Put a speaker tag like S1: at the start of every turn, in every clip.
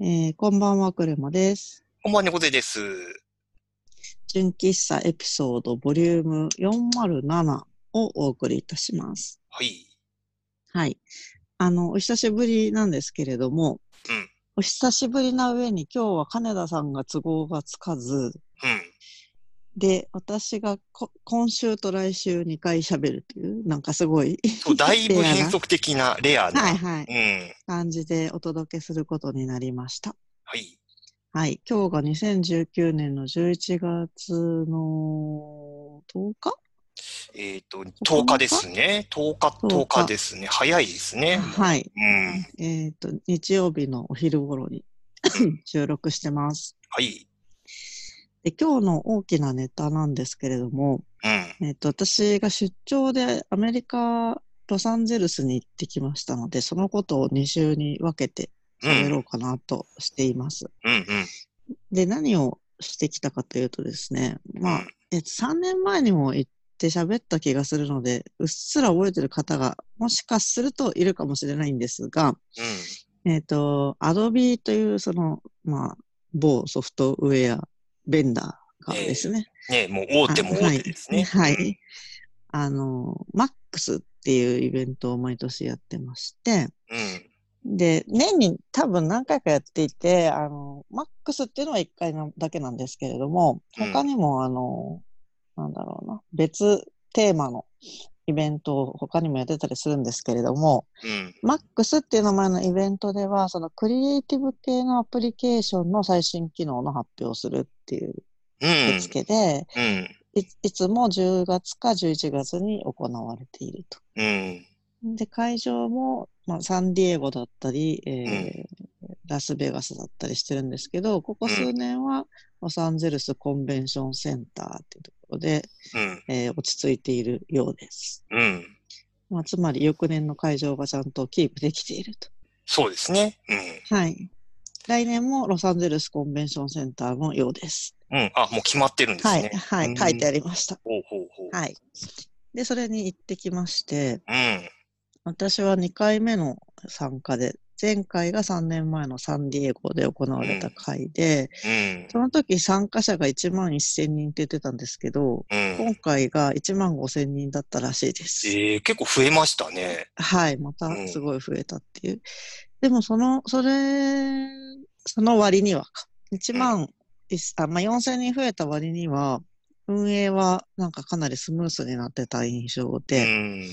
S1: えーこんばんは、クレマです。
S2: こんばんは、猫背です。
S1: 純喫茶エピソードボリューム407をお送りいたします。
S2: はい。
S1: はい。あの、お久しぶりなんですけれども、
S2: うん
S1: お久しぶりな上に今日は金田さんが都合がつかず、
S2: うん。
S1: で、私がこ今週と来週2回喋るという、なんかすごい、
S2: そう、だいぶ変則的な、レアな。
S1: はいはい、
S2: うん。
S1: 感じでお届けすることになりました。
S2: はい。
S1: はい。今日が2019年の11月の10日
S2: えっ、と、10日ですね。10日、
S1: 10
S2: 10
S1: 日
S2: 日ですね。早いですね。
S1: はい。
S2: うん。
S1: えっ、と、日曜日のお昼頃に 収録してます。
S2: はい。
S1: で、今日の大きなネタなんですけれども、
S2: うん。
S1: えっ、と、私が出張でアメリカ、ロサンゼルスに行ってきましたので、そのことを2週に分けて
S2: うん。
S1: 喋
S2: う
S1: ろ
S2: ん。
S1: うかなとしています。
S2: うん。
S1: で、何をしてきたかというとですね、まあ
S2: うん、
S1: えっと、3年前にも行って喋った気がするので、うっすら覚えてる方がもしかするといるかもしれないんですが、
S2: うん。
S1: えっ、と、Adobe という、その、まあ、某ソフトウェアベンダーがですね。
S2: ねもう大手も大手ですね。
S1: はい。
S2: うん
S1: あの、MAX っていうイベントを毎年やってまして、
S2: うん。
S1: で、年に多分何回かやっていて、あの、MAX っていうのは1回なだけなんですけれども、
S2: うん
S1: 他にも、あの、なんだろうな、別テーマのイベントを他にもやってたりするんですけれども、
S2: うん。
S1: MAX っていう名前のイベントでは、そのクリエイティブ系のアプリケーションの最新機能の発表をするっていう
S2: うん
S1: 受。付で、
S2: うん。
S1: いいつも10月か11月に行われていると。
S2: うん。
S1: で、会場も、まあ、サンディエゴだったり、えーラスベガスだったりしてるんですけど、ここ数年はロサンゼルスコンベンションセンターっていうところで、
S2: うん。
S1: えー落ち着いているようです。
S2: うん。
S1: まあ、つまり翌年の会場がちゃんとキープできていると。
S2: そうですね。うん。
S1: はい。来年もロサンゼルスコンベンションセンターのようです。
S2: うん。あ、もう決まってるんです
S1: はい、
S2: ね。
S1: は
S2: う
S1: い、
S2: ん
S1: 書いてありました。
S2: ほうほうほう。
S1: はい。で、それに行ってきまして、
S2: うん。
S1: 私は2回目の参加で、前回が3年前のサンディエゴで行われた回で、
S2: うん。
S1: その時参加者が1万1000人って言ってたんですけど、
S2: うん。
S1: 今回が1万5000人だったらしいです。
S2: えー、結構増えましたね。
S1: はい、また
S2: うん
S1: すごい増えたっていう。でも、その、それ、その割にはか、1万、いっあまあ、4000人増えた割には、運営はなんかかなりスムースになってた印象で、
S2: うん。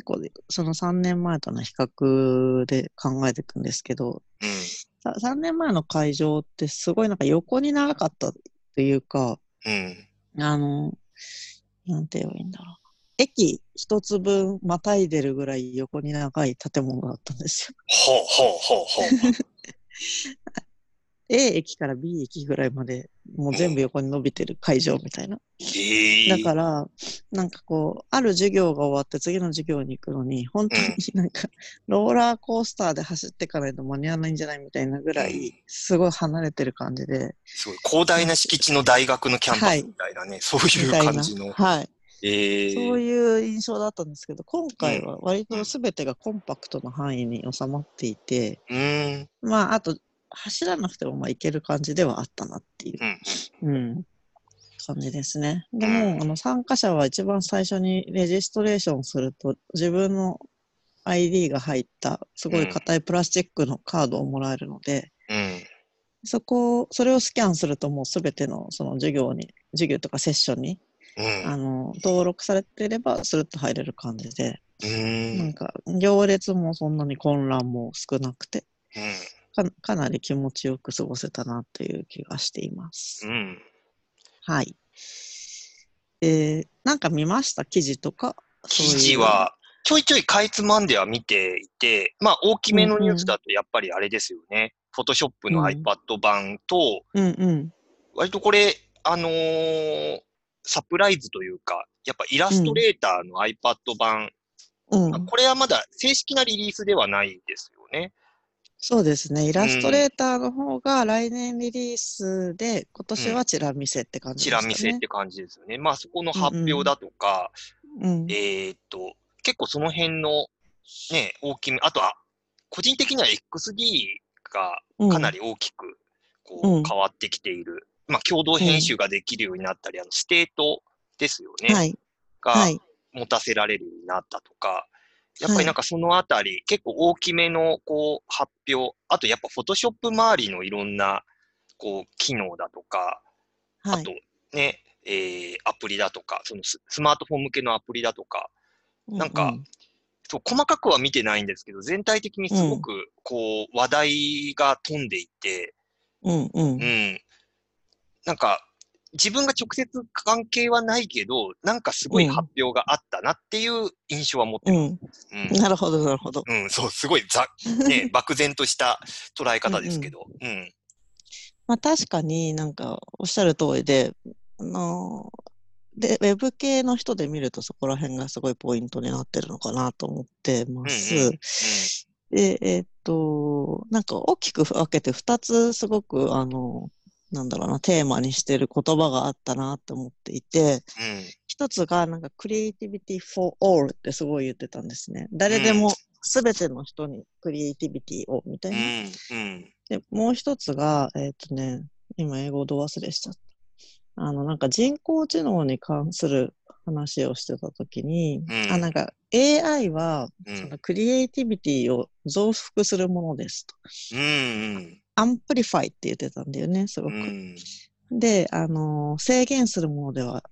S1: 結構その3年前との比較で考えていくんですけど、
S2: うん。
S1: さ3年前の会場ってすごいなんか横に長かったというか、
S2: うん。
S1: あの、なんて言えばいいんだろう。駅一つ分またいでるぐらい横に長い建物だったんですよ。
S2: ほうほうほうほ う。
S1: A 駅から B 駅ぐらいまで、もう全部横に伸びてる会場みたいな。
S2: ええ
S1: だから、なんかこう、ある授業が終わって次の授業に行くのに、本当になんか、ローラーコースターで走ってかないと間に合わないんじゃないみたいなぐら
S2: うん
S1: い、すごい離れてる感じで、
S2: すごい。広大な敷地の大学のキャンパスみたいなね、そうい
S1: み
S2: う
S1: たい
S2: 感
S1: な
S2: じ。の。
S1: はい。
S2: ええ
S1: そういう印象だったんですけど、今回は割と全てがコンパクトな範囲に収まっていて、
S2: うん。
S1: まあ、あと、走らなくてもまあ行ける感じではあったなっていう。
S2: うん。
S1: うん。感じですね。で
S2: うん
S1: も、あの、参加者は一番最初にレジストレーションすると、自分の ID が入った、すごい硬いプラスチックのカードをもらえるので、
S2: うん。
S1: そこを、それをスキャンするともうすべてのその授業に、授業とかセッションに、
S2: うん。
S1: あの、登録されてればスルッと入れる感じで、
S2: う
S1: なん
S2: ん。
S1: か、行列もそんなに混乱も少なくて、
S2: うん。
S1: かかなり気持ちよく過ごせたなという気がしています。
S2: うん。
S1: はい。で、なんか見ました記事とか。そう
S2: 記
S1: いう
S2: 事。は、ちょいちょいかいつまんでは見ていて、まあ大きめのニュースだとやっぱりあれですよね。フォトショップの iPad 版と、
S1: うんうん。
S2: 割とこれ、あのーサプライズというか、やっぱイラストレーターの iPad 版
S1: う
S2: あ
S1: ん、
S2: これはまだ正式なリリースではないですよね。
S1: そうですね。イラストレーターの方が来年リリースで、今年はチラ見せって感じ
S2: チ
S1: で
S2: ラ
S1: すね。
S2: 見せって感じですよね。まあそこの発表だとか、
S1: うん。
S2: えーっと、結構その辺のね、大きめ、あとは、個人的には XD が
S1: うん
S2: かなり大きくこ
S1: うん
S2: う変わってきている、まあ、共同編集ができるようになったり、あのステートですよね、
S1: はい。
S2: が
S1: はい。
S2: 持たせられるようになったとか、やっぱりなんかそのあたり、結構大きめのこう発表、あとやっぱフォトショップ周りのいろんなこう機能だとか、
S1: は
S2: あ
S1: い
S2: と。ね、えーアプリだとか、そのススマートフォン向けのアプリだとか、なんか
S1: うう
S2: そう細かくは見てないんですけど、全体的にすごくこう話題が飛んでいて、
S1: うんう。
S2: うんん。なんか、自分が直接関係はないけど、なんかすごい発表があったなっていう印象は持って
S1: う
S2: ます。
S1: ん。
S2: うん
S1: なるほど、なるほど。
S2: うん、そう、すごいざ、 ね、漠然とした捉え方ですけど。うん。
S1: まあ確かになんかおっしゃる通りで、あのーで、ウェブ系の人で見るとそこら辺がすごいポイントになってるのかなと思ってます。
S2: うんうんうん
S1: で、えーっと、なんか大きく分けて2つすごく、あのーなんだろうな、テーマにしてる言葉があったなと思っていて、
S2: うん。
S1: 一つがなんかクリエイティビティ for all ってすごい言ってたんですね。誰でも全ての人にクリエイティビティをみたいな。
S2: うん。うん。
S1: で、もう一つが、えっ、とね、今英語ど忘れしちゃった。あの、なんか人工知能に関する話をしてたときに、
S2: うん
S1: あ、なんか AI は、
S2: う
S1: そ
S2: ん。
S1: のクリエイティビティを増幅するものですと。
S2: うん。
S1: アンプリファイって言ってたんだよね、すご
S2: う
S1: く。
S2: ん。
S1: で、あのー制限するものでは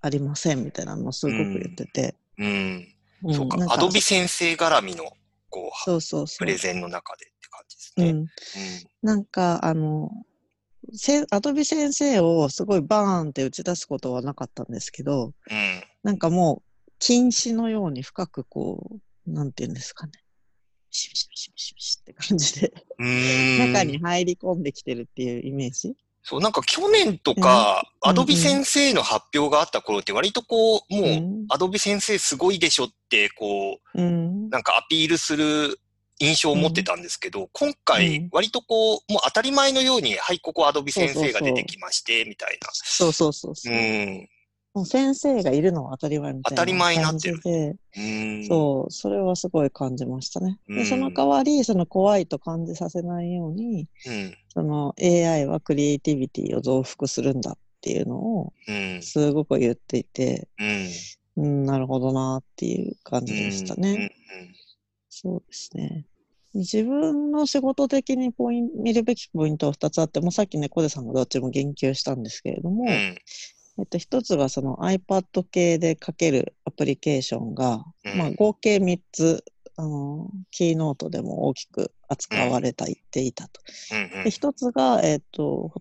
S1: ありませんみたいなのをすごく言ってて。
S2: うん。
S1: ん
S2: そうか
S1: なん、
S2: アドビ先生絡みの、こう、
S1: そうそうそ
S2: プ
S1: う。
S2: レゼンの中でって感じです
S1: う
S2: ね。
S1: ん。なんか、あの、せアドビ先生をすごいバーンって打ち出すことはなかったんですけど、
S2: うん。うん。
S1: なんかもう、禁止のように深くこう、なんて言うんですかね。シュビシュビシュビシュビシュって感じで、
S2: うーん
S1: 中に入り込んできてるっていうイメージ。
S2: そう、なんか去年とか、
S1: うん
S2: アドビ先生の発表があった頃って割とこう、もう、
S1: うん
S2: アドビ先生すごいでしょって、こ
S1: う
S2: う、
S1: ん。
S2: なんかアピールする印象を持ってたんですけど、今
S1: うん
S2: 回、割とこう、もう当たり前のように、はい、ここアドビ先生が出てきまして、みたい
S1: そうそうそうそう。
S2: な。うん。
S1: もう先生がいるのは当たり前みたいな
S2: 当たり前になってる
S1: 感じで
S2: うん。
S1: そう、それはすごい感じましたね。
S2: う
S1: で、
S2: ん
S1: その代わり、その怖いと感じさせないように、
S2: うん。
S1: その AI はクリエイティビティを増幅するんだっていうのを
S2: うん。
S1: すごく言っていて、
S2: うん。
S1: うん、なるほどなっていう感
S2: う
S1: じ
S2: ん
S1: でしたね。。そうですね。自分の仕事的にポイン見るべきポイントは2つあって、もうさっきね、小出さんがどっちも言及したんですけれども、
S2: うん。う
S1: え
S2: ん。
S1: っと、1つがその iPad 系で書けるアプリケーションが、
S2: うん
S1: まあ、合計3つ、あの、キーノートでも大きく扱われていていたと。
S2: うん。
S1: で、一つが、えっ、と、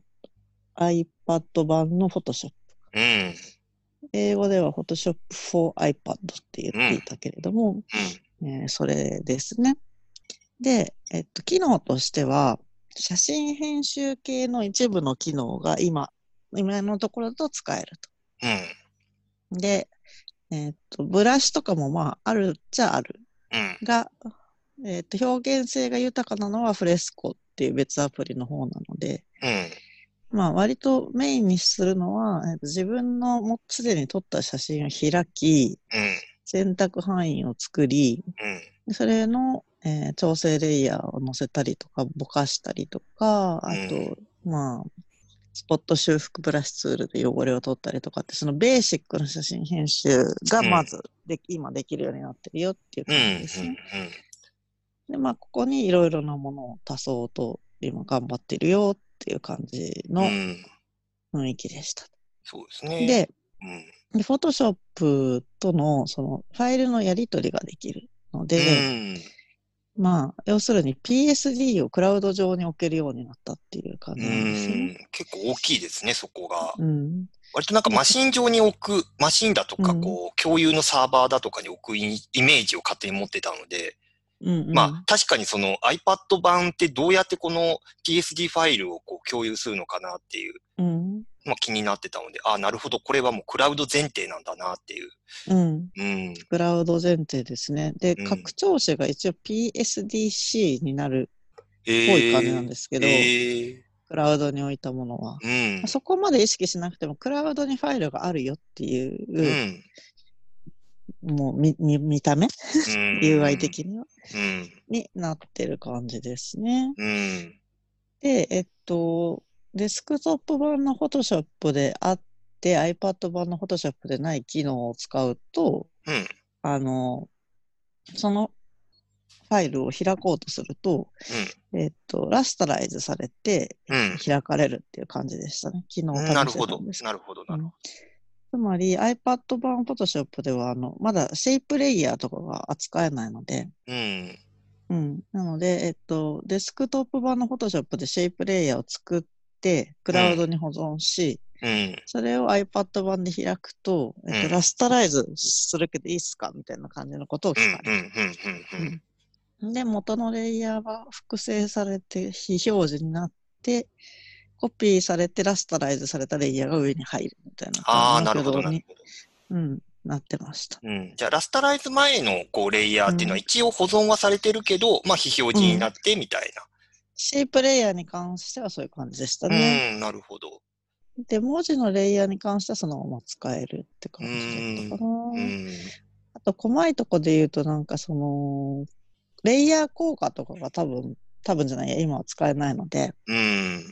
S1: iPad 版の Photoshop。
S2: うん。
S1: 英語では Photoshop for iPad って言っていたけれども、えーそれですね。で、えっ、と、機能としては、写真編集系の一部の機能が今、今のところだと使える
S2: うん。
S1: と。で、えっ、と、ブラシとかもまあ、あるっちゃある
S2: うん。
S1: が、えっ、と、表現性が豊かなのはフレスコっていう別アプリの方なので、
S2: うん。
S1: まあ割とメインにするのは、えっと自分のもうすでに撮った写真を開き、
S2: うん。
S1: 選択範囲を作り、
S2: うん。
S1: でそれの、えー調整レイヤーを載せたりとか、ぼかしたりとか、あと、まあ、スポット修復ブラシツールで汚れを取ったりとかって、そのベーシックな写真編集がまずで、今できるようになってるよっていう
S2: う
S1: 感じですね
S2: ん。。
S1: で、まあ、ここにいろいろなものを足そうと、今頑張ってるよっていう感じ
S2: う
S1: の
S2: ん。
S1: 雰囲気でした。
S2: そうですね。
S1: で、
S2: うん。
S1: で、フォトショップとの、その、ファイルのやり取りができるの
S2: う
S1: で、
S2: ん。
S1: まあ、要するに PSD をクラウド上に置けるようになったっていう感
S2: う
S1: じなんですよね。
S2: ん。結構大きいですね、そこが。
S1: うん。
S2: 割となんかマシン上に置く、マシンだとか、
S1: うん
S2: こう、共有のサーバーだとかに置くイイメージを勝手に持ってたので、
S1: うん、うん。
S2: まあ、確かにその iPad 版ってどうやってこの PSD ファイルをこう共有するのかなっていう、
S1: うん。
S2: まあ気になってたので、ああ、なるほど、これはもうクラウド前提なんだなっていう。
S1: うん。
S2: うん。
S1: クラウド前提ですね。で、
S2: うん
S1: 拡張子が一応 PSDC になるっ
S2: え
S1: ぽい感じなんですけど、
S2: ええ
S1: クラウドに置いたものは。
S2: うん。
S1: そこまで意識しなくても、クラウドにファイルがあるよっていうう、
S2: ん。
S1: もう見見見た目、
S2: うん
S1: UI 的には、
S2: うん。
S1: になってる感じですね。
S2: うん。
S1: で、えっと、デスクトップ版の Photoshop であって、iPad 版の Photoshop でない機能を使うと、
S2: うん。
S1: あの、そのファイルを開こうとすると、えっと、ラスタライズされて
S2: うん。
S1: 開かれるっていう感じでしたね。機能を試
S2: なる
S1: して
S2: ほ
S1: た
S2: ど
S1: んです。けど
S2: なるほど。なるほ
S1: つまり iPad 版 Photoshop ではあのまだシェイプレイヤーとかが扱えないので、
S2: ど。うん。
S1: うん、なので、えっと、デスクトップ版の Photoshop でシェイプレイヤーを作って、クラウドに保存し、
S2: うん。
S1: それを iPad 版で開くと、えっと
S2: うん
S1: ラスタライズするけどいいっすかみたいな感じのことを
S2: う
S1: 聞
S2: ん
S1: か。
S2: う
S1: れる。
S2: ん。うん。うん。
S1: で、元のレイヤーは複製されて非表示になって、コピーされてラスタライズされたレイヤーが上に入るみたいな
S2: あ
S1: 感
S2: あ、
S1: じ
S2: なる
S1: の
S2: ほど。
S1: 挙動
S2: なる
S1: に、
S2: ほど。
S1: うん、なってました。
S2: うん、じゃあ、ラスタライズ前のこうレイヤーっていうのは、一応保存はされてるけど、まあ、非表示になってみたい
S1: シープレイヤーに関してはそういう感じでした
S2: な。
S1: ね。
S2: うん、なるほど。
S1: で、文字のレイヤーに関してはそのまま使えるって感じだったかな。
S2: うん。
S1: あと、細いとこで言うと、なんかその、レイヤー効果とかが多分、多分じゃないや、今は使えないので、
S2: うん。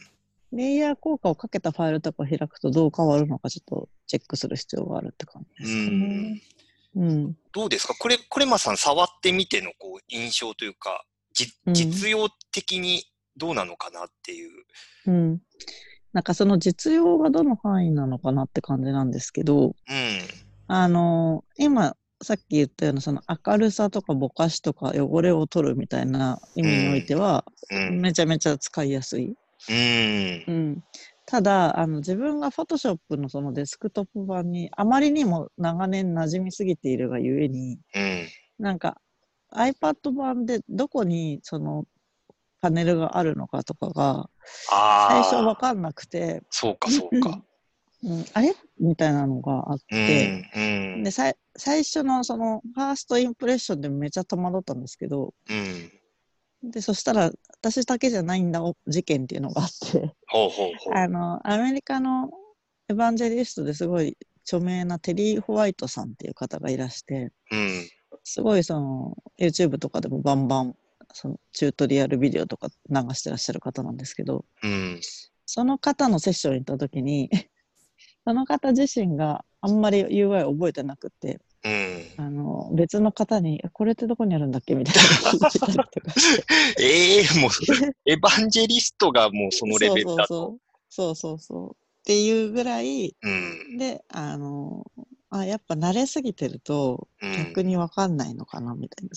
S1: レイヤー効果をかけたファイルとかを開くとどう変わるのかちょっとチェックする必要があるって感じで
S2: う
S1: すかね
S2: ん。。
S1: うん。
S2: どうですかこれ、クレマさん、触ってみてのこう印象というか、じ
S1: うん
S2: 実用的にどうなのかなっていう。
S1: うん。なんかその実用がどの範囲なのかなって感じなんですけど、
S2: うん。
S1: あの今さっき言ったようなその明るさとかぼかしとか汚れを取るみたいな意味においては、
S2: うん。
S1: めちゃめちゃ使いやすい。
S2: うん。
S1: うん、ただあの自分が Photoshop のそのデスクトップ版にあまりにも長年馴染みすぎているがゆえに
S2: うん。
S1: なんか iPad 版でどこにそのパネルがあるのかとかが最
S2: ああ。
S1: 初わかんなくて、
S2: そうか、そうか。
S1: うん、あれみたいなのがあっ
S2: う
S1: て。
S2: ん。うん
S1: で。さい最初のそのファーストインプレッションでめちゃ戸惑ったんですけど
S2: うん。
S1: でそしたら私だけじゃないんだお事件っていうのがあって
S2: ほうほうほう。
S1: あのアメリカのエヴァンジェリストですごい著名なテリー・ホワイトさんっていう方がいらして
S2: うん。
S1: すごいその YouTube とかでもバンバンそのチュートリアルビデオとか流してらっしゃる方なんですけど
S2: うん。
S1: その方のセッションに行った時に その方自身があんまり UI を覚えてなくて
S2: うん。
S1: あの別の方にえ「これってどこにあるんだっけ?」みたいな話したりとか
S2: ええもう、 エヴァンジェリストがもうそのレベルだと。
S1: そうそうそうそうそうそうっていうぐらい
S2: うん。
S1: であのあやっぱ慣れすぎてると
S2: うん
S1: 逆に分かんないのかなみたいな、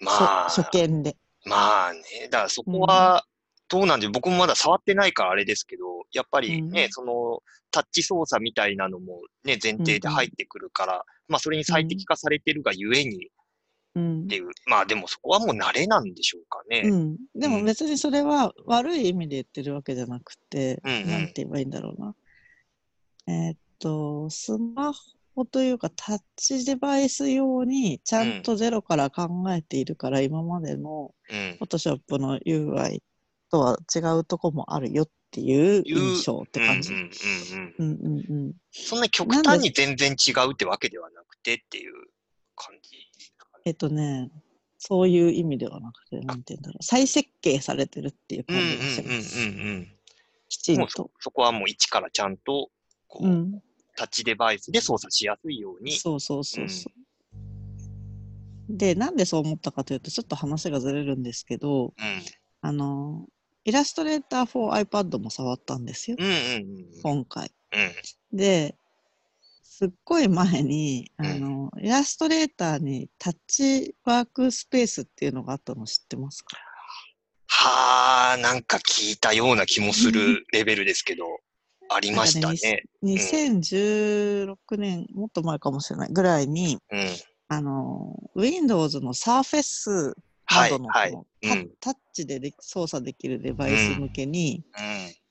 S2: まあ、
S1: 初初見で。
S2: まあね、だからそこは、どうなんで、僕もまだ触ってないからあれですけど、やっぱりね、
S1: うん
S2: その、タッチ操作みたいなのもね、前提で入ってくるから、まあそれに最適化されてるがゆえに
S1: うん
S2: っていう、まあでもそこはもう慣れなんでしょうかね。
S1: うん、でも別にそれは悪い意味で言ってるわけじゃなくて、
S2: うんうん
S1: なんて言えばいいんだろうな。えーっと、スマホというかタッチデバイス用にちゃんとゼロから考えているから、今までの
S2: うん。
S1: Photoshop の UI とは違うとこもあるよっていう印象って感じ。
S2: うんうんうんうん。
S1: うんうんうん。
S2: そんな極端に全然違うってわけではなくてっていう感じですかね。
S1: えっとね、そういう意味ではなくて、なんて言うんだろう。再設計されてるっていう
S2: うん
S1: 感じがし
S2: うんうん
S1: ます。
S2: うんうん。
S1: きち
S2: も
S1: ん
S2: うそ
S1: と。
S2: そこはもう一からちゃんと、こう、
S1: うん。
S2: タッチデバイスで操作しやすいように。
S1: そうそうそうそう。で、なんでそう思ったかというと、ちょっと話がずれるんですけど、
S2: うん。
S1: あの、イラストレーター for iPad も触ったんですよ、
S2: うんうんうんうん。
S1: 今回。
S2: うん。
S1: で、すっごい前に、あ
S2: うん
S1: の、イラストレーターにタッチワークスペースっていうのがあったの知ってますか
S2: はあ、なんか聞いたような気もするレベルですけど、ありましたね。
S1: ?2016 年、もっと前かもしれないぐらいに、
S2: うん。
S1: あの、Windows の Surface
S2: は、
S1: ないどの
S2: はい。う
S1: こ
S2: ん。
S1: のタタッチでで操作できるデバイス向けに、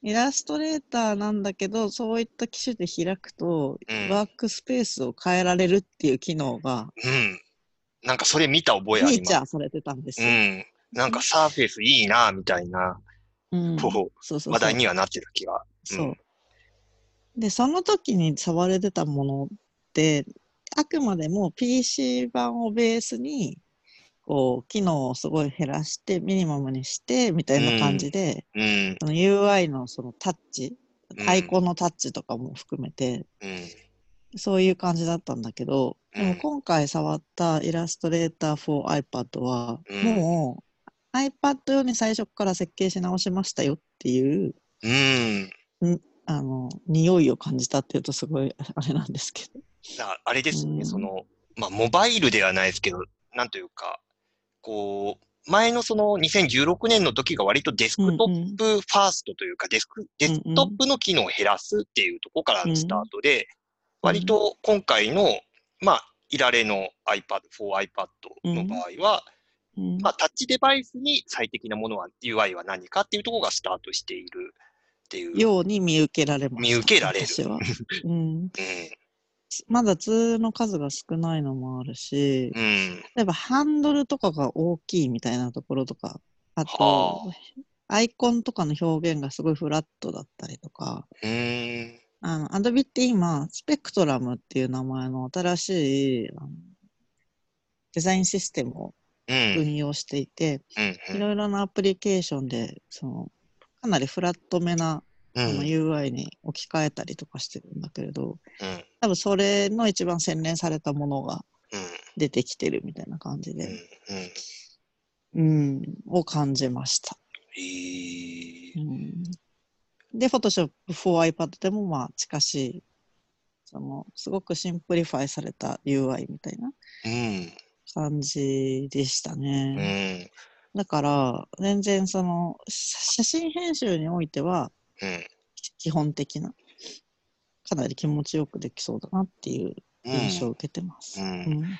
S1: イラストレーターなんだけど、そういった機種で開くと、
S2: うん
S1: ワークスペースを変えられるっていう機能が、
S2: うん。なんかそれ見た覚え
S1: フ
S2: あ
S1: ィ
S2: り
S1: ーチ
S2: ます。
S1: ャーされてたんです
S2: う
S1: よ。
S2: ん。なんかサーフェイスいいな、みたいな、
S1: うんそう
S2: こ
S1: そうそう
S2: う、話題にはなってた気が。
S1: そう。で、その時に触れてたものって、あくまでも PC 版をベースに、こう、機能をすごい減らして、ミニマムにして、みたいな感じで、
S2: うん。
S1: その UI のそのタッチ、
S2: うん
S1: アイコンのタッチとかも含めて、
S2: うん。
S1: そういう感じだったんだけど、
S2: うん
S1: でも今回触ったイラストレーター for iPad は、
S2: うん
S1: もう iPad 用に最初から設計し直しましたよっていう、
S2: うん。
S1: あの、匂いを感じたっていうとすごいあれなんですけど。
S2: だあれですよね、
S1: うん
S2: その、まあ、モバイルではないですけど、なんというか、こう、前のその2016年の時が割とデスクトップファーストというか、デスク、デスクトップの機能を減らすっていうところからのスタートで、割と今回の、まあ、いられの iPad、4iPad の場合は、
S1: うん
S2: まあ、タッチデバイスに最適なものは、UI は何かっていうところがスタートしているっていう。
S1: ように見受けられました。
S2: 見受けられる
S1: 私 は。うん。
S2: う
S1: まだ図の数が少ないのもあるし、
S2: ん。うん。
S1: 例えばハンドルとかが大きいみたいなところとか、あと、
S2: は
S1: アイコンとかの表現がすごいフラットだったりとか、
S2: うん。
S1: あの、Adobe って今、スペクトラムっていう名前の新しいあのデザインシステムを
S2: うん。
S1: 運用していて、
S2: うん。
S1: いろいろなアプリケーションで、その、かなりフラットめな
S2: う
S1: あ
S2: ん。
S1: の UI に置き換えたりとかしてるんだけれど、
S2: うん。
S1: 多分それの一番洗練されたものが出てきてるみたいな感じ
S2: うん。
S1: で、
S2: うん。うん
S1: うん、を感じました。
S2: え
S1: う
S2: ー
S1: んで、Photoshop for iPad でもまあ近しい、そのすごくシンプリファイされた UI みたいな
S2: うん。
S1: 感じでした
S2: う
S1: ね。
S2: ん。
S1: だから、全然その写写真編集においては
S2: うん。
S1: き基本的な、かなり気持ちよくできそうだなっていう印象を受けてます。
S2: うん
S1: うん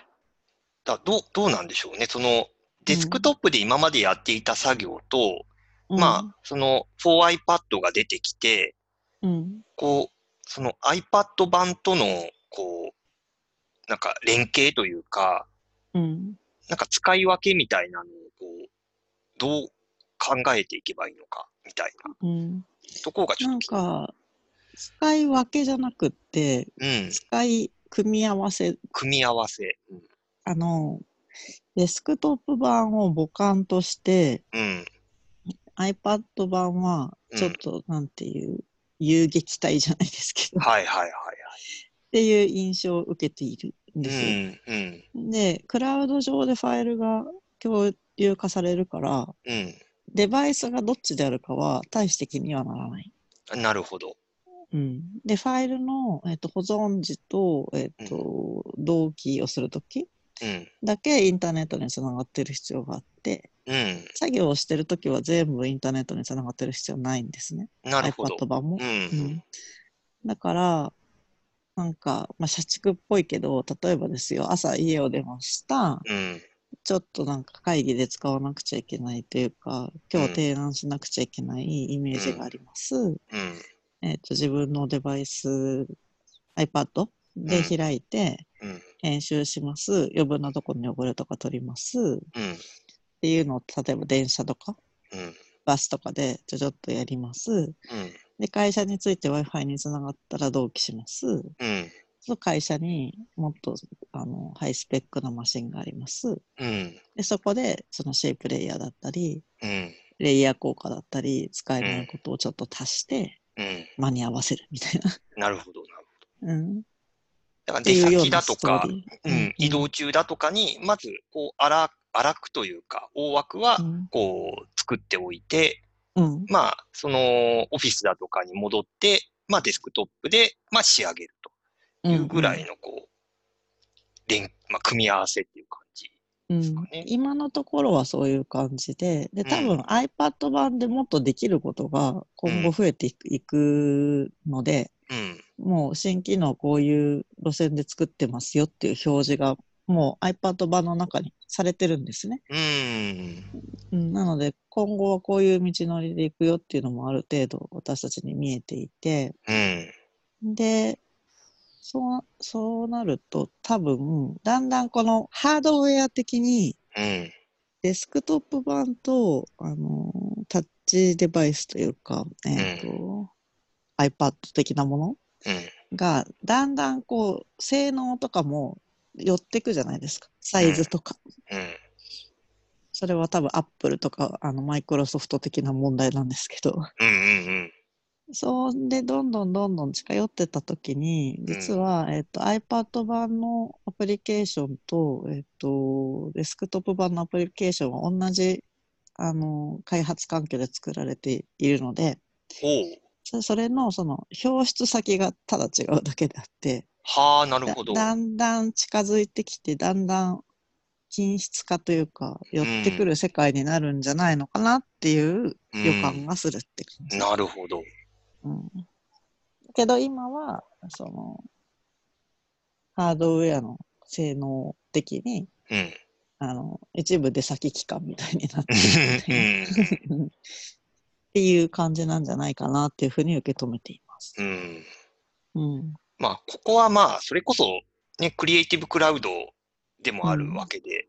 S2: だどう、どうなんでしょうね。その、デスクトップで今までやっていた作業と、まあ、その、4iPad が出てきて、
S1: あ、うん、
S2: こう、その iPad 版との、こう、なんか連携というか、
S1: うん。
S2: なんか使い分けみたいなのを、こう、どう考えていけばいいのか、みたいな
S1: うん、
S2: ところがちょ
S1: な
S2: っ
S1: ん
S2: と気に
S1: か、使い分けじゃなくって、
S2: うん、
S1: 使い組み合わせ
S2: 組み合わせ。うん。
S1: あの、デスクトップ版を母艦として、
S2: うん。
S1: iPad 版は、
S2: うん
S1: ちょっと、なんていう、遊撃隊じゃないですけど、っ
S2: はいはいはい
S1: ていう印象を受けているんで
S2: は
S1: すよ。
S2: い。うん。うん。
S1: で、クラウド上でファイルが共有化されるから、
S2: う
S1: デバイスがどっちであるかは大して気にはならない。
S2: ん。なるほど。
S1: うん、で、ファイルの、えっと保存時と、えっと同期をするとき
S2: うん。
S1: だけインターネットにつながってる必要があって、
S2: うん。
S1: 作業をしてるときは全部インターネットにつながってる必要ないんですね。
S2: なるほど
S1: iPad。版も
S2: う。
S1: うん
S2: ん。
S1: だから、なんか、まあ、社畜っぽいけど、例えばですよ、朝家を出ました。
S2: うん。
S1: ちょっとなんか会議で使わなくちゃいけないというか、今日提案しなくちゃいけないイメージがあります。
S2: うん。
S1: えっ、と、自分のデバイス、iPad
S2: う
S1: で
S2: ん
S1: 開いて、
S2: うん。
S1: 編集します。余分なところに汚れとか取ります。っ
S2: うん。
S1: ていうのを、例えば電車とか
S2: うん。
S1: バスとかでちょちょっとやります。
S2: うん。
S1: で、会社について Wi-Fi につながったら同期します。
S2: うん。
S1: その会社にもっとあのハイスペックなマシンがあります。
S2: うん。
S1: で、そこでその C プレイヤーだったり、
S2: うん。
S1: レイヤー効果だったり、使えないことをちょっと足して
S2: うん。
S1: 間に合わせるみたい
S2: なるほど。なるほ
S1: な。 うん。っ
S2: ど。だから
S1: て
S2: 出
S1: いうよう
S2: 先
S1: な
S2: だと
S1: ストー
S2: か、
S1: リー。
S2: うん、移動中だとかに、まず、こう、荒、荒くというか、大枠は、
S1: うん。
S2: こう、作っておいて、
S1: うん。
S2: まあ、その、オフィスだとかに戻って、まあ、デスクトップで、まあ、仕上げると
S1: う
S2: い
S1: ん
S2: うぐらい。の、こう、連、まあ、組み合わせっていう感じ。
S1: うん
S2: すかね
S1: 今のところはそういう感じで、で、多
S2: うん
S1: 分 iPad 版でもっとできることが今後増えていく,、ので、
S2: うん。
S1: もう新機能こういう路線で作ってますよっていう表示がもう iPad 版の中にされてるんですね。
S2: うん。
S1: うん、なので今後はこういう道のりでいくよっていうのもある程度私たちに見えていて、
S2: うん。
S1: で、そう、そうなると多分だんだんこのハードウェア的に
S2: うん。
S1: デスクトップ版と、あのータッチデバイスというか、えっ、と、iPad 的なもの
S2: うん。
S1: がだんだんこう性能とかも寄ってくじゃないですか。サイズとか。
S2: うん。
S1: それは多分アップルとか、あの、マイクロソフト的な問題なんですけど。
S2: うんうんうん。
S1: そんで、どんどんどんどん近寄ってた時に、実は、えっと、iPad 版のアプリケーションと、えっと、デスクトップ版のアプリケーションは同じ、あの、開発環境で作られているので、
S2: ほう。
S1: そそれの、その、表出先がただ違うだけであって、
S2: はあ、なる
S1: だ
S2: ほど。
S1: だんだん近づいてきて、だんだん均質化というか、寄ってくる世界になるんじゃないのかなっていう
S2: うん
S1: 予感がするって感じ。
S2: なるほど。
S1: うん、けど今は、その、ハードウェアの性能的に、
S2: うん。
S1: あの、一部出先機関みたいになって
S2: う
S1: る
S2: ん。
S1: のでっていう感じなんじゃないかなっていうふうに受け止めています。
S2: うん。
S1: うん。
S2: まあ、ここはまあ、それこそ、ね、クリエイティブクラウドでもあるわけで、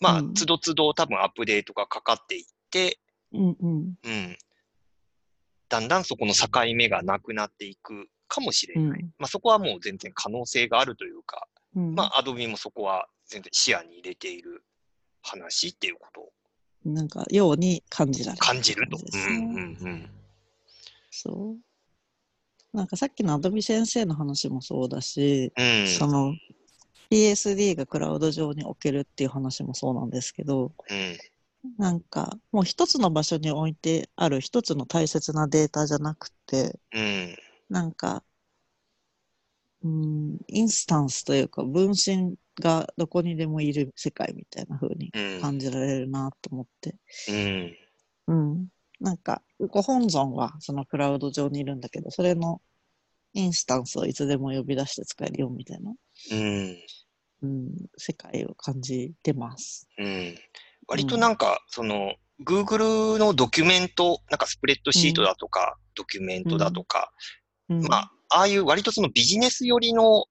S2: まあ
S1: うん、
S2: つどつど多分アップデートがかかっていって、
S1: うんうん。
S2: うん。だんだんそこの境目がなくなっていくかもしれ
S1: う
S2: ない。
S1: ん。
S2: まあ、そこはもう全然可能性があるというか、
S1: うん
S2: まあ、アドビもそこは全然視野に入れている話っていうことを
S1: なんか、ように感じられる
S2: 感じると
S1: 感。
S2: う
S1: ですね
S2: んうんうん。
S1: そう。なんかさっきのアドビ先生の話もそうだし、
S2: うん。
S1: その PSD がクラウド上に置けるっていう話もそうなんですけど、
S2: うん。
S1: なんかもう一つの場所に置いてある一つの大切なデータじゃなくて、
S2: うん。
S1: なんか、うん、インスタンスというか分身がどこにでもいる世界みたいな風に
S2: うん。
S1: 感じられるなと思って。
S2: う
S1: う
S2: ん。
S1: ん。なんか、ご本尊はそのクラウド上にいるんだけど、それのインスタンスをいつでも呼び出して使えるよみたいな、
S2: うん。
S1: うん、世界を感じてます。
S2: うん。割となんか、その、Google のドキュメント、なんかスプレッドシートだとか、ドキュメントだとか、
S1: うん、
S2: まあ、ああいう割とそのビジネス寄りの、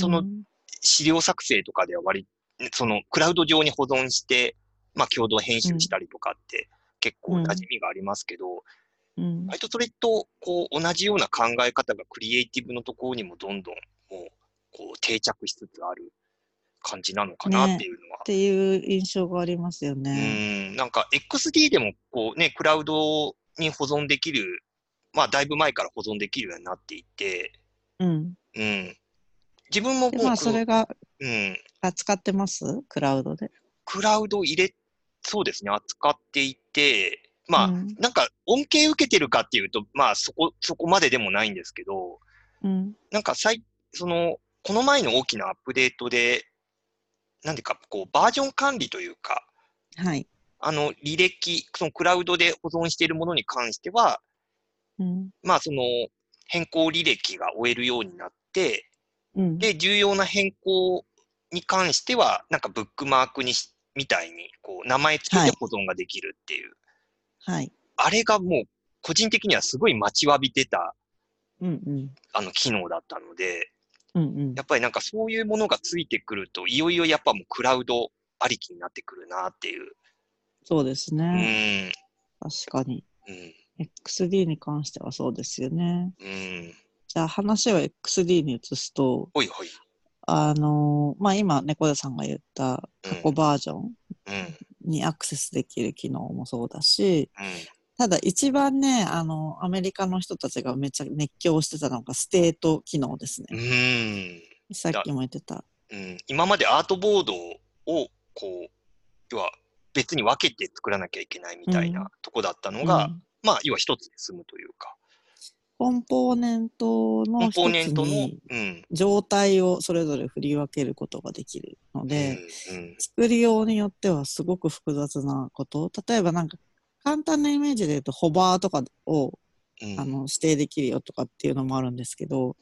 S2: その
S1: うん
S2: 資料作成とかでは割、そのクラウド上に保存して、まあ共同編集したりとかって結構馴染みがありますけど、
S1: うん
S2: 割とそれとこう同じような考え方がクリエイティブのところにもどんどんもうこう定着しつつある感じなのかなっていうのは
S1: っていう印象がありますよ
S2: う
S1: ね。
S2: ん、なんか XD でもこうね、クラウドに保存できる、まあだいぶ前から保存できるようになっていて、
S1: うん。
S2: うん。自分も
S1: で、
S2: もう
S1: まあ、
S2: こ、
S1: そうれが、
S2: うん、
S1: 扱ってますクラウドで。
S2: クラウドを入れ、そうですね、扱っていて、まあ、
S1: うん
S2: なんか恩恵受けてるかっていうと、まあそこ、そこまででもないんですけど、
S1: うん。
S2: なんか最、その、この前の大きなアップデートで、なんていうか、こう、バージョン管理というか、
S1: はい。
S2: あの、履歴、そのクラウドで保存しているものに関しては、
S1: うん。
S2: まあ、その、変更履歴が終えるようになって、
S1: うん。
S2: で、重要な変更に関しては、なんかブックマークにし、みたいに、こう、名前つけ
S1: はい
S2: て保存ができるっていう。
S1: はい。
S2: あれがもう、個人的にはすごい待ちわびてた、
S1: うんうん。
S2: あの、機能だったので、
S1: うんうん
S2: や。っぱりなんかそういうものがついてくると、いよいよやっぱもうクラウドありきになってくるなっていう。
S1: そうです
S2: う
S1: ね。
S2: ん。
S1: 確かに。
S2: うん。
S1: XD に関してはそうですよね。
S2: うん。
S1: じゃあ話を XD に移すと、
S2: ほいほい。
S1: あのーまあ、今、猫背さんが言った過去バージョン
S2: うん。うん。
S1: にアクセスできる機能もそうだし、ただ一番ね、あの、アメリカの人たちがめっちゃ熱狂してたのがステート機能ですね。
S2: うん。
S1: さっきも言ってた。
S2: うん、今までアートボードを、こう、要は別に分けて作らなきゃいけないみたい
S1: うん
S2: なとこだったの
S1: う
S2: が、
S1: ん
S2: まあ、要は一つで済むというか、
S1: コンポーネント
S2: コ
S1: の
S2: ンポーネ
S1: 一つ
S2: ントの、
S1: に
S2: うん。
S1: 状態をそれぞれ振り分けることができるので、
S2: うんうん
S1: 作りようによってはすごく複雑なこと例えばなんか簡単なイメージで言うとホバーとかを、
S2: うん
S1: あの指定できるよとかっていうのもあるんですけど
S2: うん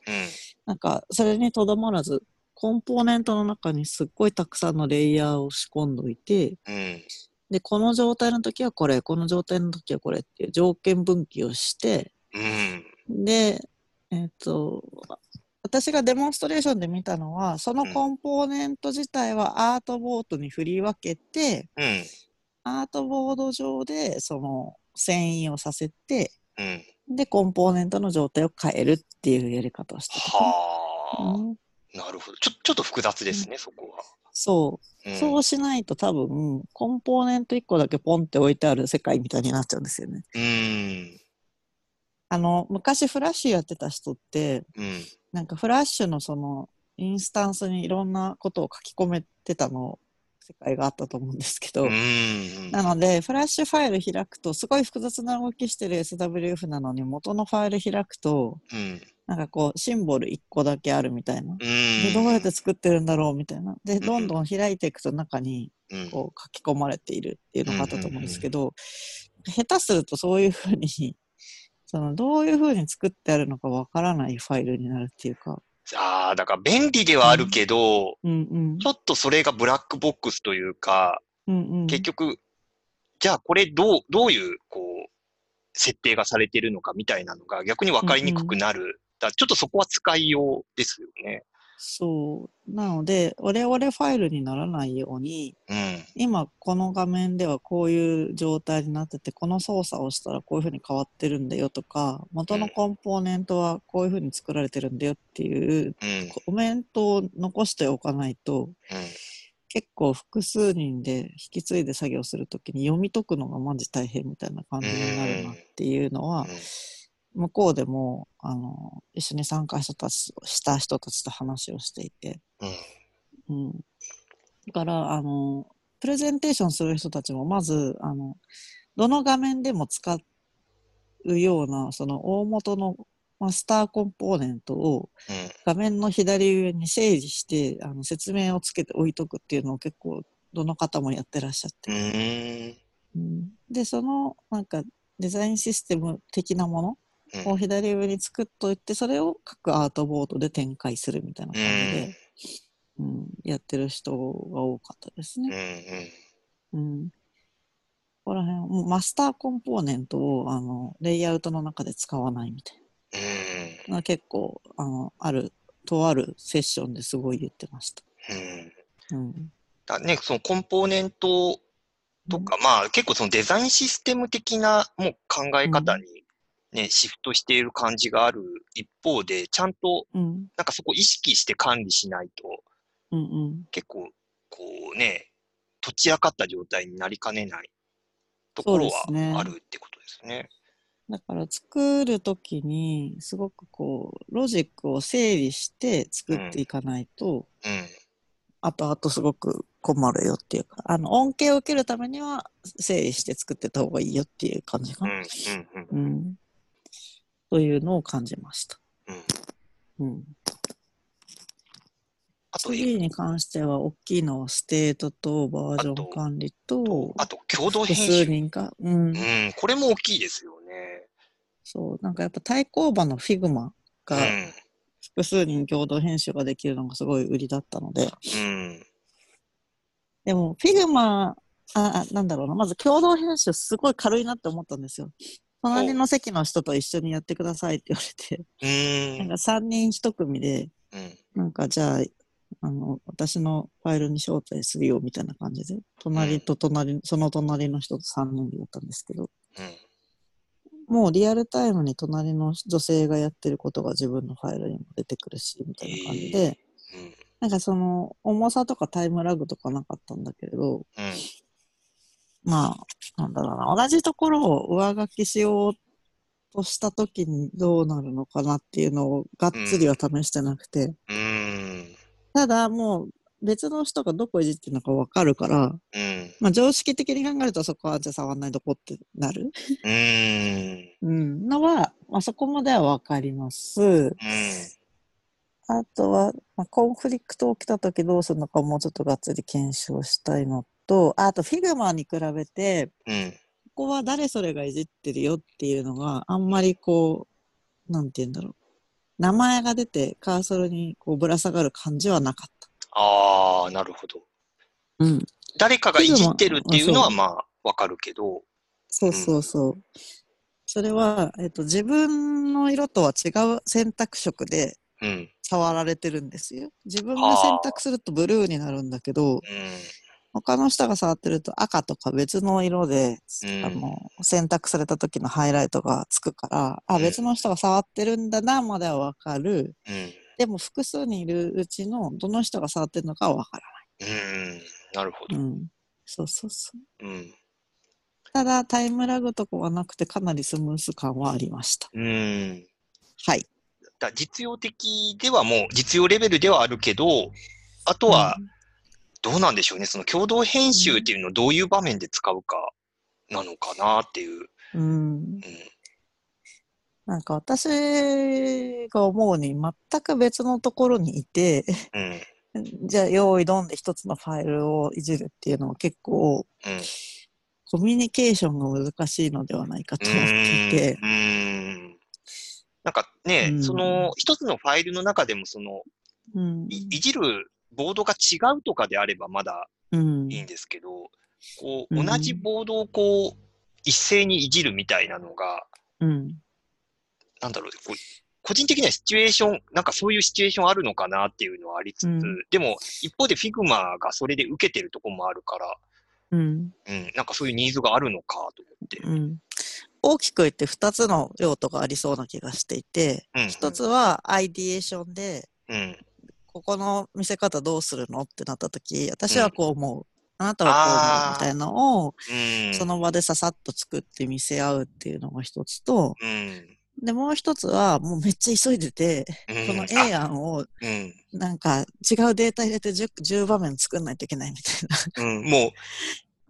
S1: なんかそれにとどまらずコンポーネントの中にすっごいたくさんのレイヤーを仕込んどいて
S2: うん
S1: でこの状態の時はこれこの状態の時はこれっていう条件分岐をして
S2: うん
S1: で、えっ、と、私がデモンストレーションで見たのは、そのコンポーネント自体はアートボードに振り分けて、
S2: うん
S1: アートボード上でその遷移をさせて、
S2: うん
S1: で、コンポーネントの状態を変えるっていうやり方をしてたかな。
S2: はあ、
S1: うん
S2: なるほど。ちょ、ちょっと複雑ですね、そこは。
S1: そうう。
S2: ん
S1: そうしないと多分、コンポーネント1個だけポンって置いてある世界みたいになっちゃうんですよね。
S2: うん。
S1: あの、昔フラッシュやってた人って、
S2: うん。
S1: なんかフラッシュのその、インスタンスにいろんなことを書き込めてたの、世界があったと思うんですけど、
S2: うん。
S1: なので、フラッシュファイル開くと、すごい複雑な動きしてる SWF なのに、元のファイル開くと、
S2: うん。
S1: なんかこう、シンボル1個だけあるみたいな。
S2: うん。
S1: で、どうやって作ってるんだろうみたいな。で、
S2: ん
S1: どんどん開いていくと中に、
S2: うん
S1: こう書き込まれているっていうのがあったと思うんですけど、下手するとそういうふうに、そのどういうふうに作ってあるのかわからないファイルになるっていうか、
S2: ああ、だから便利ではあるけど、
S1: うんうん
S2: ち。ょっとそれがブラックボックスというか、
S1: うんうん、
S2: 結局、じゃあこれどう、どういう、こう、設定がされてるのかみたいなのが逆に分かりにくくなる。だからちょっとそこは使いようですよね。
S1: そう。なので、オレオレファイルにならないように、
S2: うん。
S1: 今この画面ではこういう状態になってて、この操作をしたらこういうふうに変わってるんだよとか、元のコンポーネントはこういうふうに作られてるんだよっていう
S2: うん。
S1: コメントを残しておかないと、結構複数人で引き継いで作業するときに読み解くのがマジ大変みたいな感じになるなっていうのは
S2: うん、
S1: 向こうでも、あの、一緒に参加したたちした人たちと話をしていて、
S2: うん。
S1: うん。だから、あの、プレゼンテーションする人たちも、まず、あの、どの画面でも使うような、その大元のマスターコンポーネントを
S2: うん。
S1: 画面の左上に整理してあの説明をつけて置いとくっていうのを結構どの方もやってらっしゃっ
S2: う
S1: て、
S2: ーん。
S1: うんでそのなんかデザインシステム的なも
S2: うん
S1: のを左上に作っといてそれを各アートボードで展開するみたいな
S2: う
S1: 感じ
S2: ん
S1: で、。うんやってる人が多かったです
S2: うん。う
S1: ね。
S2: ん。
S1: うんここら辺もうマスターコンポーネントをあのレイアウトの中で使わないみたい
S2: うん。
S1: な結構あのあるとあるセッションですごい言ってました。
S2: うん。
S1: うん
S2: だね、そのコンポーネントとか、まあ結構そのデザインシステム的なもう考え方にね、シフトしている感じがある一方で、ちゃんと
S1: うん
S2: なんかそこ意識して管理しないと、
S1: うんうん
S2: 結構こうね、とちあかった状態になりかねないとこ
S1: そ
S2: ろ
S1: うですね
S2: はあるってことですね。
S1: だから作るときにすごくこうロジックを整理して作っていかないと、後々すごく困るよっていうかあの恩恵を受けるためには整理して作ってた方がいいよっていう感じか
S2: うん、う
S1: な、
S2: ん、うん、
S1: うんというのを感じました、
S2: うん。
S1: うん、
S2: あと、
S1: 次に関しては大きいのはステートとバージョン管理と
S2: あと共同
S1: 複
S2: 編
S1: 数
S2: 集。
S1: 人か、うん
S2: うん、これも大きいですよね。
S1: そうなんかやっぱ対抗馬のフィグマ
S2: う
S1: が、複数人共同編集ができるのがすごい売りだったので、
S2: ん、うん、
S1: でも、フィグマ、あ、あなんだろうな、まず共同編集すごい軽いなって思ったんですよ。隣の席の人と一緒にやってくださいって言われて、
S2: うー
S1: なん
S2: ん、
S1: か3人1組で、
S2: うん、
S1: なんかじゃあ、あの、私のファイルに招待するよみたいな感じで、隣と隣、その隣の人と3人でやったんですけど、
S2: うん。
S1: もうリアルタイムに隣の女性がやってることが自分のファイルにも出てくるし、みたいな感じで、
S2: うん
S1: なんかその重さとかタイムラグとかなかったんだけれど、
S2: うん
S1: まあ、なんだろうな、同じところを上書きしようとしたときにどうなるのかなっていうのをがっつりは試してなくて、
S2: うーん
S1: ただもう別の人がどこいじってるのかわかるから、
S2: うん
S1: まあ常識的に考えるとそこはじゃあ触んないとこってなる、
S2: うーん
S1: うん、のは、まあそこまではわかります。あとは、まあ、コンフリクト起きた時どうするのかもうちょっとがっつり検証したいのと、ああとフィグマに比べて、
S2: うんうん
S1: ここは誰それがいじってるよっていうのがあんまりこう、なんて言うんだろう。名前が出てカーソルにこうぶら下がる感じはなかっ
S2: ああ、なるほど。
S1: た。うん。
S2: 誰かがいじってるっていうのは
S1: うん
S2: まあわかるけど、
S1: そうそうそう。それは、えっと、自分の色とは違う選択色で
S2: うん、うん、
S1: 触られてるんですよ。自分が選択するとブルーになるんだけど、他の人が触ってると赤とか別の色で、
S2: うん
S1: あの選択された時のハイライトがつくから、
S2: う
S1: あ、
S2: ん
S1: 別の人が触ってるんだなまではわかる。
S2: うん、
S1: でも複数にいるうちのどの人が触ってるのかはわか
S2: うーん、なるほ
S1: ら
S2: ど。
S1: ない。うん。そうそうそう。
S2: うん。
S1: ただ、タイムラグとかはなくて、かなりスムース感はありました。
S2: うーん。
S1: はい。
S2: だ実用的ではもう、実用レベルではあるけど、あとは、どうなんでしょうね、その共同編集っていうのをどういう場面で使うかなのかなっていう。
S1: うん、うん。なんか私が思うに、全く別のところにいて、
S2: うん。うん。
S1: じゃあ、用意どんで一つのファイルをいじるっていうのは結構、
S2: うん。
S1: コミュニケーションが難しいのではないかと思っていて。
S2: うーん。なんかね、
S1: うん
S2: その一つのファイルの中でもその
S1: うん。
S2: いいじるボードが違うとかであればまだ
S1: うん
S2: いいんですけど、こ
S1: う
S2: うん同じボードをこう一斉にいじるみたいなのが、
S1: うん。
S2: なんだろう、こう個人的にはシチュエーション、なんかそういうシチュエーションあるのかなっていうのはありつつ、
S1: うん
S2: でも一方で Figma がそれで受けてるとこもあるから、
S1: うん。
S2: うん、なんかそういうニーズがあるのかと思って。
S1: うん、大きく言って2つの用途がありそうな気がしていて、
S2: うん、
S1: 1つはアイディエーションで、
S2: うん、
S1: ここの見せ方どうするのってなった時、私はこう思う。あなたはこう思うみたいなのを、
S2: うん、
S1: その場でささっと作って見せ合うっていうのが一つと、
S2: うん、
S1: で、もう一つは、もうめっちゃ急いでて、
S2: うん、
S1: この A 案を、
S2: あうん、
S1: なんか違うデータ入れて 10, 10場面作んないといけないみたいな。
S2: うん、もう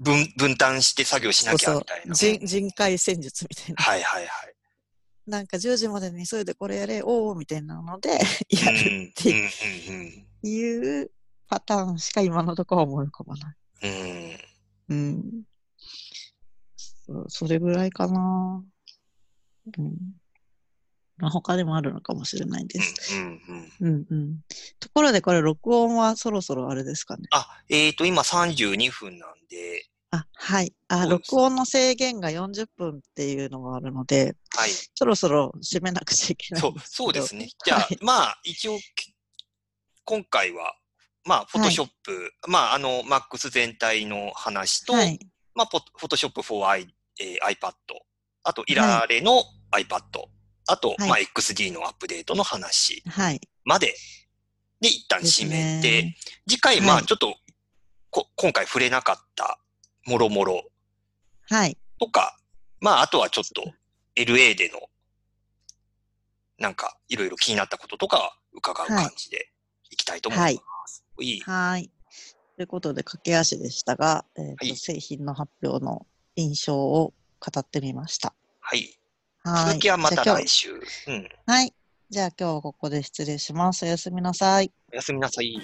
S2: 分分担して作業しなきゃみたいな。
S1: 人人海戦術みたいな。
S2: はいはいはい。
S1: なんか10時までに急いでこれやれ、おおみたいなので、やる っていう
S2: うん
S1: いうパターンしか今のところは思い浮かばない。
S2: うんうんうんうん
S1: うん。そそれぐらいかな。うん。まあ、他でもあるのかもしれないです。
S2: うんうん
S1: うんうん。ところでこれ録音はそろそろあれですかね。
S2: あ、えっ、ー、と、今32分なんで、
S1: あ、はい。あ、
S2: そうです
S1: 録音の制限が40分っていうのがあるので、
S2: はい。
S1: そろそろ締めなくちゃいけない
S2: そ
S1: ん
S2: う
S1: で、すけど。
S2: そうですね。じゃあ、
S1: はい
S2: まあ、一応、き今回は、まあ、フォトショップ、まあ、あの、MAX 全体の話と、
S1: はい。
S2: まあ、ポフォトショップ for、えー、iPad、あと、イラレの iPad、あと、
S1: はい
S2: まあ、XD のアップデートの話
S1: はい。
S2: まで、で、一旦
S1: です
S2: 締め
S1: ね
S2: て、次回、ま
S1: は
S2: あ、
S1: い
S2: ちょっと、こ今回触れなかった、もろもろ
S1: はい。
S2: とか、まあ、あとはちょっと、LA での、なんか、いろいろ気になったこととか、伺う感じでいきたいと思います。い、い。
S1: はい。ということで、駆け足でしたが、えーと
S2: はい
S1: 製品の発表の印象を語ってみました。
S2: はい。
S1: はい。
S2: 続きはまた
S1: じゃあ今
S2: 来
S1: 日
S2: 週。うん。
S1: はい。じゃあ今日はここで失礼します。おやすみなさい。
S2: おやすみなさい。